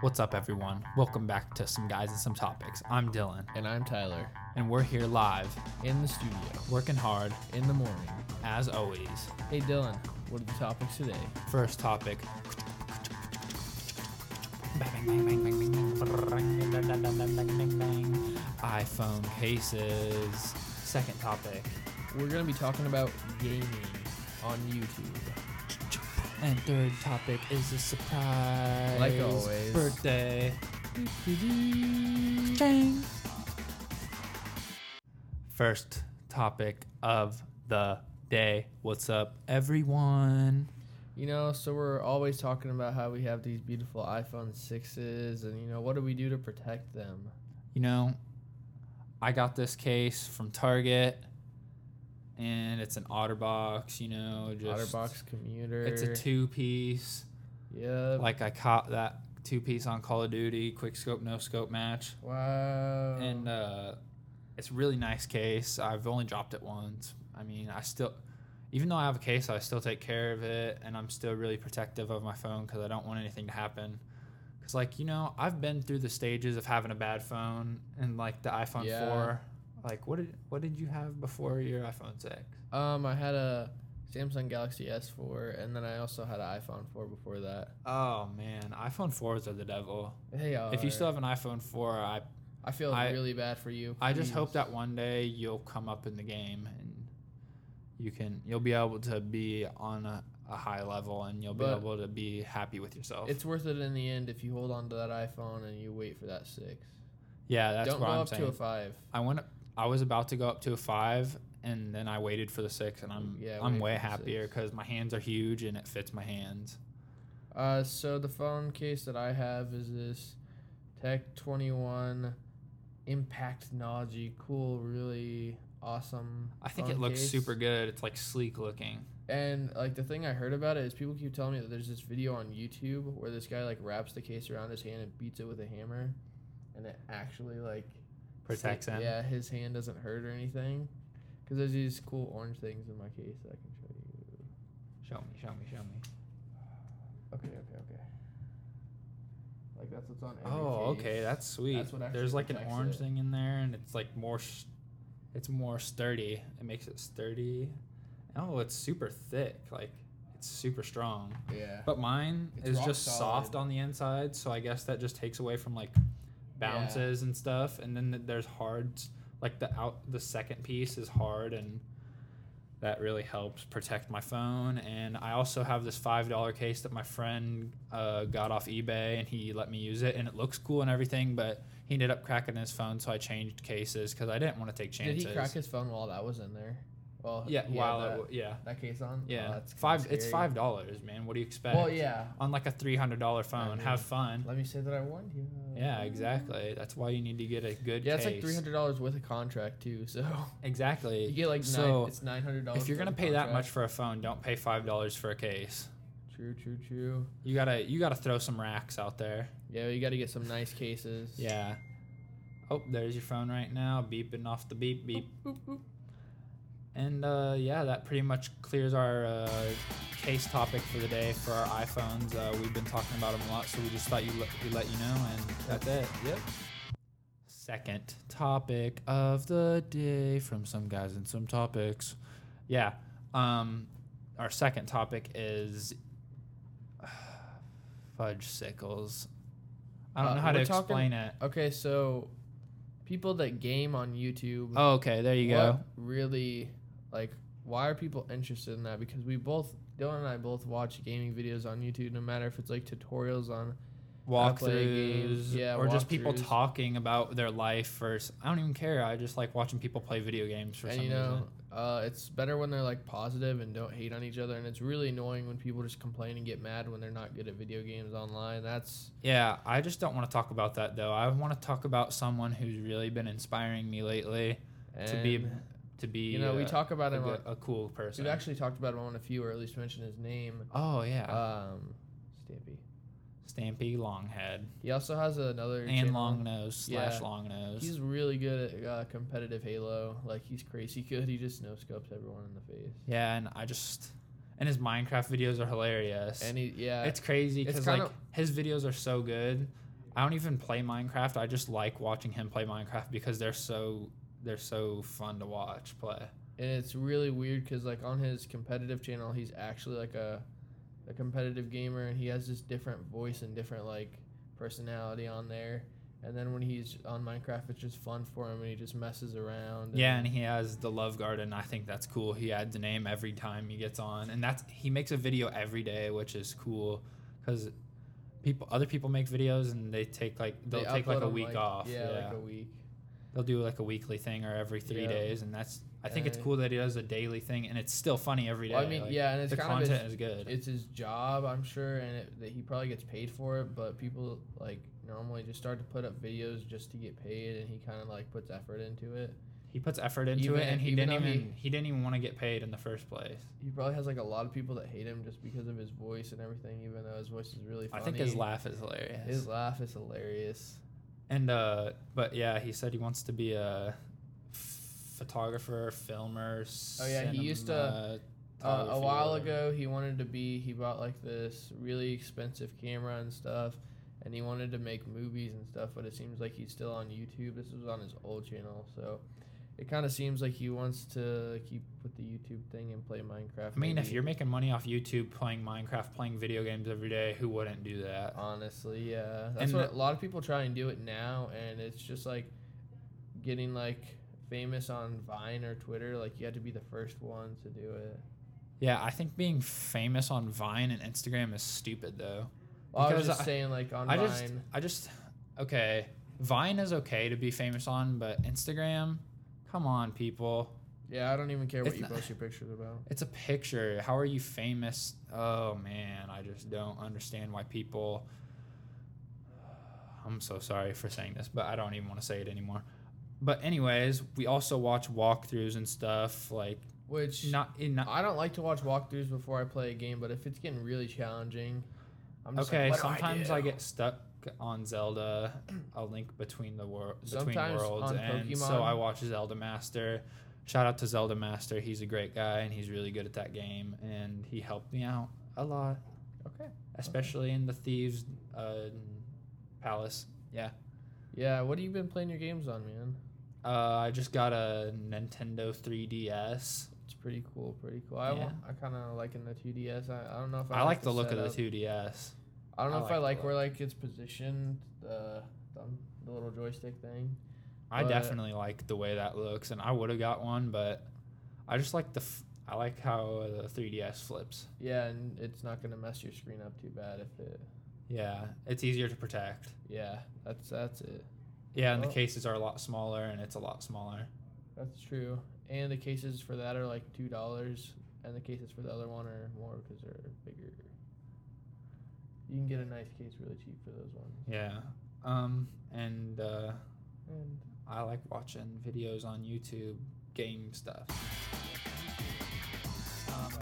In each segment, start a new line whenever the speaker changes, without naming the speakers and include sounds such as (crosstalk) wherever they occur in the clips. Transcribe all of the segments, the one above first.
What's up, everyone? Welcome back to Some Guys and Some Topics. I'm Dylan,
And I'm Tyler.
and we're here live,
In the studio.
working hard,
In the morning.
as always.
Hey Dylan, what are the topics today?
First topic iPhone cases. Second topic.
We're gonna be talking about gaming on YouTube.
And third topic is a surprise.
Like always.
Birthday. First topic of the day. What's up, everyone?
You know, so we're always talking about how we have these beautiful iPhone sixes, and you know, what do we do to protect them?
You know, I got this case from Target, and it's an OtterBox. You know, just
OtterBox commuter.
It's a two-piece.
Yep.
Like I caught that two-piece on Call of Duty, quick scope, no scope match.
wow.
and uh, it's a really nice case. I've only dropped it once. I mean, I still, even though I have a case, I still take care of it, and I'm still really protective of my phone because I don't want anything to happen. Because, like you know, I've been through the stages of having a bad phone, and like the iPhone
Yeah.
four. Like, what did what did you have before your iPhone six?
um, I had a Samsung Galaxy S4, and then I also had an iPhone 4 before that.
Oh man, iPhone fours are the devil.
Hey, uh,
If you still have an iPhone four, I
I feel
I-
really bad for you.
I just
Please.
hope that one day you'll come up in the game and you can you'll be able to be on a, a high level and you'll be
But-
able to be happy with yourself.
It's worth it in the end if you hold on to that iPhone and you wait for that six.
yeah, that's
Don't
what
go
I'm
up
saying.
to a five.
I went I was about to go up to a 5 and then I waited for the 6 and I'm
Yeah,
I'm
wait
way
for the
happier
six.
cuz my hands are huge and it fits my hands.
Uh, so the phone case that I have is this Tech 21 Impact Technology, cool, really awesome.
I think
phone
it looks
case.
super good. It's like sleek looking.
And like the thing I heard about it is people keep telling me that there's this video on YouTube where this guy like wraps the case around his hand and beats it with a hammer, and it actually like
Protects
like-
him.
Yeah, his hand doesn't hurt or anything. Because there's these cool orange things in my case that I can show you.
Show me, show me, show me.
Okay, okay, okay. Like that's what's on. Every
Oh,
case.
okay, that's sweet.
what actually
There's like an
protects
orange
it.
thing in there, and it's like more, sh- it's more sturdy. It makes it sturdy. Oh, it's super thick. Like it's super strong.
Yeah.
But mine
It's
is
rock
just
solid.
soft on the inside, so I guess that just takes away from like bounces and stuff. And then th- there's hards. Like the out the second piece is hard and. That really helps protect my phone, and I also have this five dollar case that my friend uh, got off eBay, and he let me use it, and it looks cool and everything, but he ended up cracking his phone, so I changed cases because I didn't want to take
Did
chances.
he crack his phone while that was in there? Well,
Yeah,
he had
while
that,
it, w- yeah,
that case on.
yeah,
Oh, that's kinda
five. It's
scary.
five dollars, man. What do you expect?
Well, yeah.
on like a three hundred dollar phone,
mean-
have fun.
Let me say that I warned you.
Yeah, exactly. That's why you need to get a good.
Yeah, it's
case.
like three hundred dollars with a contract too. So (laughs)
Exactly.
you get like nine,
so.
it's nine hundred dollars.
if you're gonna pay that much for a phone, don't pay five dollars for a case.
true, true, true.
You gotta you gotta throw some racks out there.
Yeah, you got to get some nice cases.
Yeah. Oh, there's your phone right now, beeping off the beep beep. And uh, yeah, that pretty much clears our uh, case topic for the day for our iPhones. Uh, we've been talking about them a lot, so we just thought you let, we let you know, and that's it.
Yep.
Second topic of the day from some guys and some topics. Yeah. Um, our second topic is (sighs) fudge sickles. I don't
Uh,
know how to
we're talking-
explain it.
Okay, so people that game on YouTube.
Oh, okay, there you
what
go.
Really, like, why are people interested in that? Because we both, Dylan and I, both watch gaming videos on YouTube. No matter if it's like tutorials on. I play games.
Walkthroughs,
Yeah,
or just people
walkthroughs.
talking about their life. First, I don't even care. I just like watching people play video games for
and
some
you know,
reason.
uh, it's better when they're like positive and don't hate on each other. And it's really annoying when people just complain and get mad when they're not good at video games online. That's
Yeah, I just don't want to talk about that though. I want to talk about someone who's really been inspiring me lately to be
and,
to be.
you know, we
uh,
talk about
a,
him. On,
good- a cool person.
we've actually talked about him on a few, or at least mentioned his name.
oh yeah,
Um, Stampy.
Stampy Longhead
He also has another
and
channel.
Long Nose slash
Yeah.
Long Nose.
He's really good at uh, competitive Halo. Like he's crazy good. He just no scopes everyone in the face.
Yeah, and I just and his Minecraft videos are hilarious.
And he yeah.
it's crazy
It's
because like
kinda-
his videos are so good I don't even play Minecraft. I just like watching him play Minecraft because they're so they're so fun to watch play.
and it's really weird because like on his competitive channel he's actually like a a competitive gamer and he has this different voice and different like personality on there and then when he's on minecraft it's just fun for him and he just messes around
Yeah, and he has the Love Garden. I think that's cool. He adds a name every time he gets on, and that's he makes a video every day, which is cool because people other people make videos and they take like they'll take like
upload
a
him,
week off. Yeah,
yeah, like a week
they'll do like a weekly thing or every three
Yeah.
days, and that's I think it's
And-
cool that he does a daily thing, and it's still funny every day.
well, i mean
like,
yeah and it's
the
kind of his,
content is good.
it's his job i'm sure and it, that he probably gets paid for it but people like normally just start to put up videos just to get paid and he kind of like puts effort into it
he puts effort into
even-
it, and he
even
didn't
though he-
even he didn't even want to get paid in the first place.
he probably has like a lot of people that hate him just because of his voice and everything. Even though his voice is really
I
funny,
think his laugh is hilarious.
his laugh is hilarious.
And uh, but yeah, he said he wants to be a photographer, filmer.
Oh, yeah, he used to- Uh, a
cinematography,
while
whatever.
ago, he wanted to be. He bought like this really expensive camera and stuff, and he wanted to make movies and stuff. But it seems like he's still on YouTube. This was on his old channel, so it kind of seems like he wants to keep with the YouTube thing and play Minecraft.
I mean, if
maybe.
you're making money off YouTube, playing Minecraft, playing video games every day, who wouldn't do that?
Honestly, yeah. That's
And
what
the-
a lot of people try and do it now, and it's just like getting like famous on Vine or Twitter. Like you had to be the first one to do it.
Yeah, I think being famous on Vine and Instagram is stupid though.
Well, I
Because
was just
I-
saying like on
I
Vine.
just, I just, okay. Vine is okay to be famous on, but Instagram, come on, people.
yeah, I don't even care what
It's
you
not-
post your pictures about.
It's a picture. How are you famous? Oh man, I just don't understand why people. (sighs) I'm so sorry for saying this, but I don't even want to say it anymore. But anyways, we also watch walkthroughs and stuff like
Which
not in not.
I don't like to watch walkthroughs before I play a game, but if it's getting really challenging, I'm just
Okay,
Like, "What do
sometimes
do?"
I, get stuck on Zelda, a link between the world between
Sometimes
worlds,
on
and so
Pokemon-
I watch Zelda Master. Shout out to Zelda Master. He's a great guy and he's really good at that game, and he helped me out a lot.
okay.
especially in the thieves uh, palace yeah
Yeah, what have you been playing your games on, man?
uh, i just got a nintendo 3ds
It's pretty cool, pretty cool. I
Yeah.
want, I kind of liking the 2DS. I, I don't know if I,
i like the look of
setup.
the 2ds
I don't know
I
if I
like
like
the
where like it's positioned, the thumb, the little joystick thing.
i
But-
definitely like the way that looks and i would have got one but i just like the f- i like how the 3ds flips
Yeah, and it's not gonna mess your screen up too bad if it.
yeah it's easier to protect
Yeah, that's that's it.
yeah and
Oh.
the cases are a lot smaller and it's a lot smaller
That's true. And the cases for that are like two dollars, and the cases for the other one are more because they're bigger. You can get a nice case really cheap for those ones.
yeah um and uh,
And
i like watching videos on youtube game stuff Um,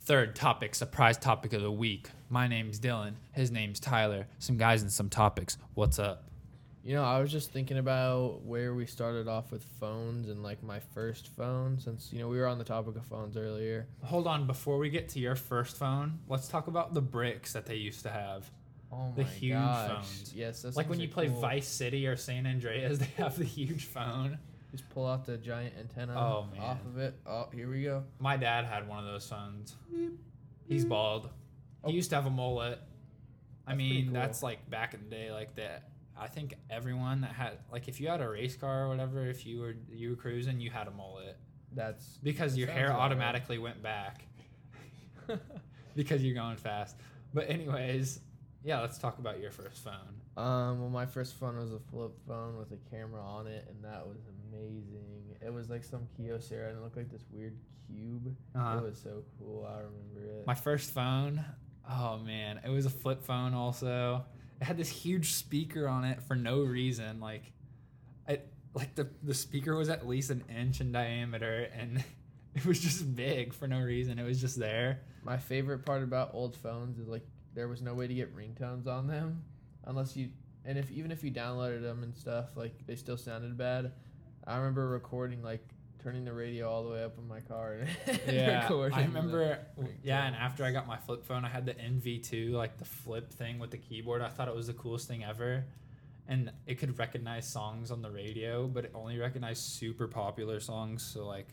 Third topic, surprise topic of the week. My name's Dylan. His name's Tyler. Some guys and some topics. What's up?
You know, I was just thinking about where we started off with phones and like my first phone, since you know we were on the topic of phones earlier.
Hold on, before we get to your first phone, let's talk about the bricks that they used to have.
Oh
The huge phones.
Yes, that's
like when you play Vice City or San Andreas, (laughs) they have the huge phone.
Just pull out the giant antenna
Oh, man.
off of it. Oh, here we go.
My dad had one of those phones. He's bald. He
Oh.
used to have a mullet. I
That's pretty
mean,
cool.
that's like back in the day, like that. I think everyone that had, like, if you had a race car or whatever, if you were you were cruising, you had a mullet
That's
because
that
your
sounds
hair
about right. (laughs)
automatically went back because you're going fast. But anyways, yeah, let's talk about your first phone.
Um, well, my first phone was a flip phone with a camera on it, and that was amazing. It was like some Kyocera, and it looked like this weird cube.
Uh-huh.
It was so cool. I remember it.
My first phone, oh man, it was a flip phone also. It had this huge speaker on it for no reason. Like it like the, the speaker was at least an inch in diameter and (laughs) it was just big for no reason. It was just there.
My favorite part about old phones is like there was no way to get ringtones on them unless you and if even if you downloaded them and stuff like they still sounded bad. I remember recording like turning the radio all the way up in my car and (laughs)
yeah,
recording
I
the-
remember.
Like,
Yeah, and
yeah.
after I got my flip phone, I had the NV2, like the flip thing with the keyboard. I thought it was the coolest thing ever, and it could recognize songs on the radio, but it only recognized super popular songs. So like,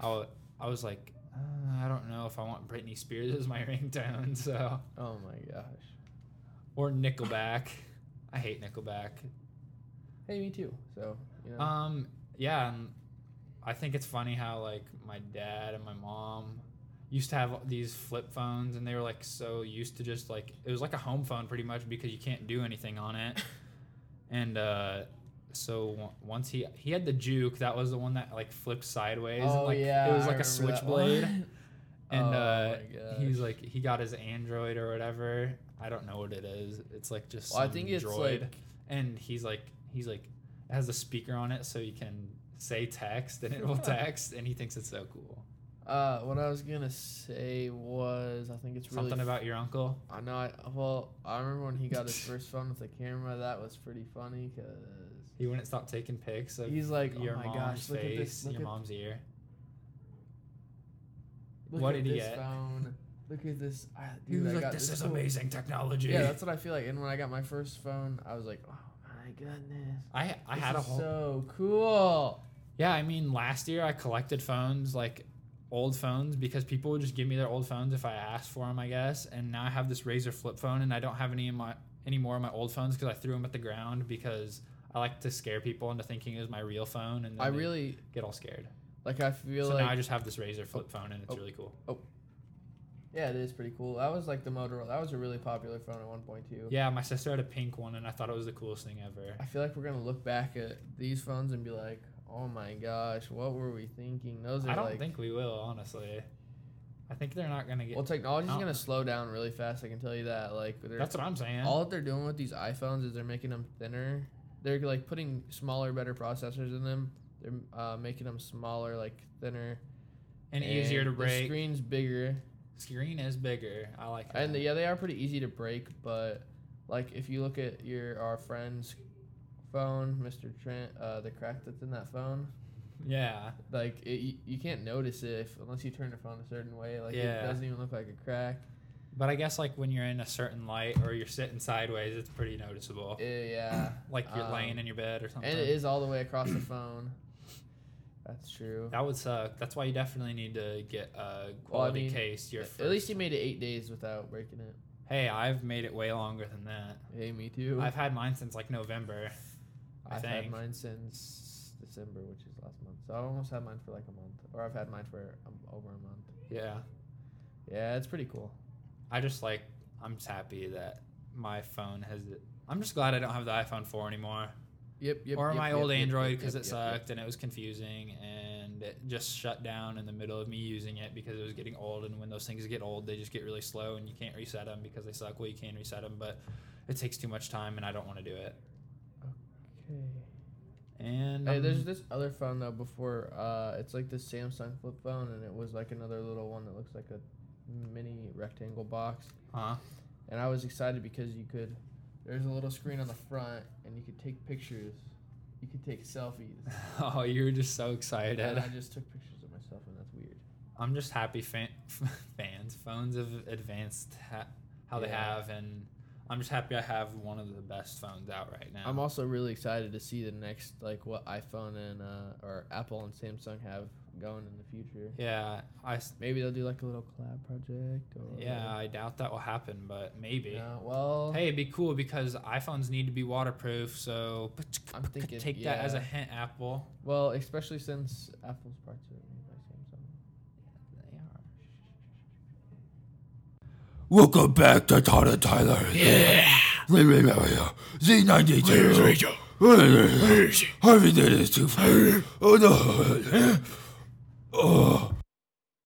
I wa- I was like, uh, I don't know if I want Britney Spears as my (laughs) ringtone, so
Oh my gosh.
or Nickelback. I hate Nickelback.
Hey, me too. So you know,
Um, yeah, and I think it's funny how like my dad and my mom used to have these flip phones, and they were like so used to just like it was like a home phone pretty much because you can't do anything on
(laughs)
it. And uh, so on- once he he had the juke, that was the one that like flipped sideways. and,
oh
like,
yeah,
it was
I
like a
remember that
switchblade.
one.
(laughs) And
Oh
uh,
my
he's
gosh.
like he got his Android or whatever. I don't know what it is. It's like just
Well, I
some
think it's
droid.
like
and he's like he's like it has a speaker on it so you can say text and it
(laughs)
will text and he thinks it's so cool
uh, what I was gonna say was I think it's really
something about your uncle
I know. I, well, I remember when he
(laughs)
got his first phone with a camera. That was pretty funny because
he wouldn't stop taking pics of
he's like, "Oh
your
my
mom's
gosh, look at
face
this! Look
your
at,
mom's ear
look
what
at
did he
this
get?"
phone! Look at this!" I,
he
dude,
was
I
like
got
this, is
cool-"
amazing technology
Yeah, that's what I feel like. And when I got my first phone, I was like, "Oh my goodness!"
i i
this
had a
is
whole
so cool.
yeah i mean last year i collected phones like old phones because people would just give me their old phones if i asked for them i guess and now i have this razor flip phone and i don't have any of my any more of my old phones because i threw them at the ground because i like to scare people into thinking it was my real phone and then
I
they-
really
get all scared.
like. I feel
So
like
now I just have this Razor flip phone, and it's
oh.
really cool.
yeah, it is pretty cool. That was like the Motorola. That was a really popular phone at one point too.
Yeah, my sister had a pink one, and I thought it was the coolest thing ever.
I feel like we're gonna look back at these phones and be like, "Oh my gosh, what were we thinking?" Those are
I don't
like
think we will, honestly. I think they're not gonna get.
Well, technology's
I don't
gonna
know.
slow down really fast. I can tell you that. Like, they're,
that's what I'm saying.
all that they're doing with these iPhones is they're making them thinner. They're like putting smaller, better processors in them. They're uh, making them smaller, like thinner
and, easier to
The
break. Screen,
screen's bigger,
is bigger. I like. That.
and yeah, they are pretty easy to break. But like, if you look at your our friend's phone, Mr. Trent, uh, the crack that's in that phone,
yeah,
like it, you, you can't notice it if, unless you turn the phone a certain way. Like,
Yeah.
it doesn't even look like a crack.
but I guess like when you're in a certain light or you're sitting sideways, it's pretty noticeable.
Eh,
(coughs)
yeah.
like you're
um,
laying in your bed or something.
And it is all the way across the phone. That's true.
That would suck. That's why you definitely need to get a quality
mean,
case. Your
At least
first-
he made it eight days without breaking it.
hey, I've made it way longer than that.
Hey, me too.
I've had mine since like November. I
I've had
think.
mine since December, which is last month. So I almost had mine for like a month, or I've had mine for um, over a month.
Yeah.
Yeah, it's pretty cool.
I just like I'm just happy that my phone has it. I'm just glad I don't have the iPhone 4 anymore
Yep, yep.
or
yep,
my
yep,
old
yep,
Android
yep,
because
yep,
it
yep,
sucked
yep.
and it was confusing and it just shut down in the middle of me using it because it was getting old and when those things get old they just get really slow and you can't reset them because they suck. Well, you can reset them, but it takes too much time and I don't want to do it. And
Okay. Hey,
um,
there's this other phone though. Before, uh, it's like this Samsung flip phone, and it was like another little one that looks like a mini rectangle box.
huh? (laughs)
and I was excited because you could. There's a little screen on the front, and you could take pictures. You could take selfies.
(laughs) Oh, you were just so excited.
And I just took pictures of myself, and that's weird.
I'm just happy fan, (laughs) fans, phones have advanced ha- how they
Yeah.
have, and I'm just happy I have one of the best phones out right now.
I'm also really excited to see the next, like, what iPhone and uh, or Apple and Samsung have going in the future.
yeah, I s-
Maybe they'll do like a little collab project. Or
yeah, I doubt that will happen, but maybe.
Yeah, well,
Hey, it'd be cool because iPhones need to be waterproof, so
I'm thinking.
(laughs) take that as a
yeah.
hint, Apple.
Well, especially since Apple's parts are made by Samsung.
They are.
Welcome back to Todd and Tyler. Yeah. Z92. Harvey did it too far. Oh no. Oh.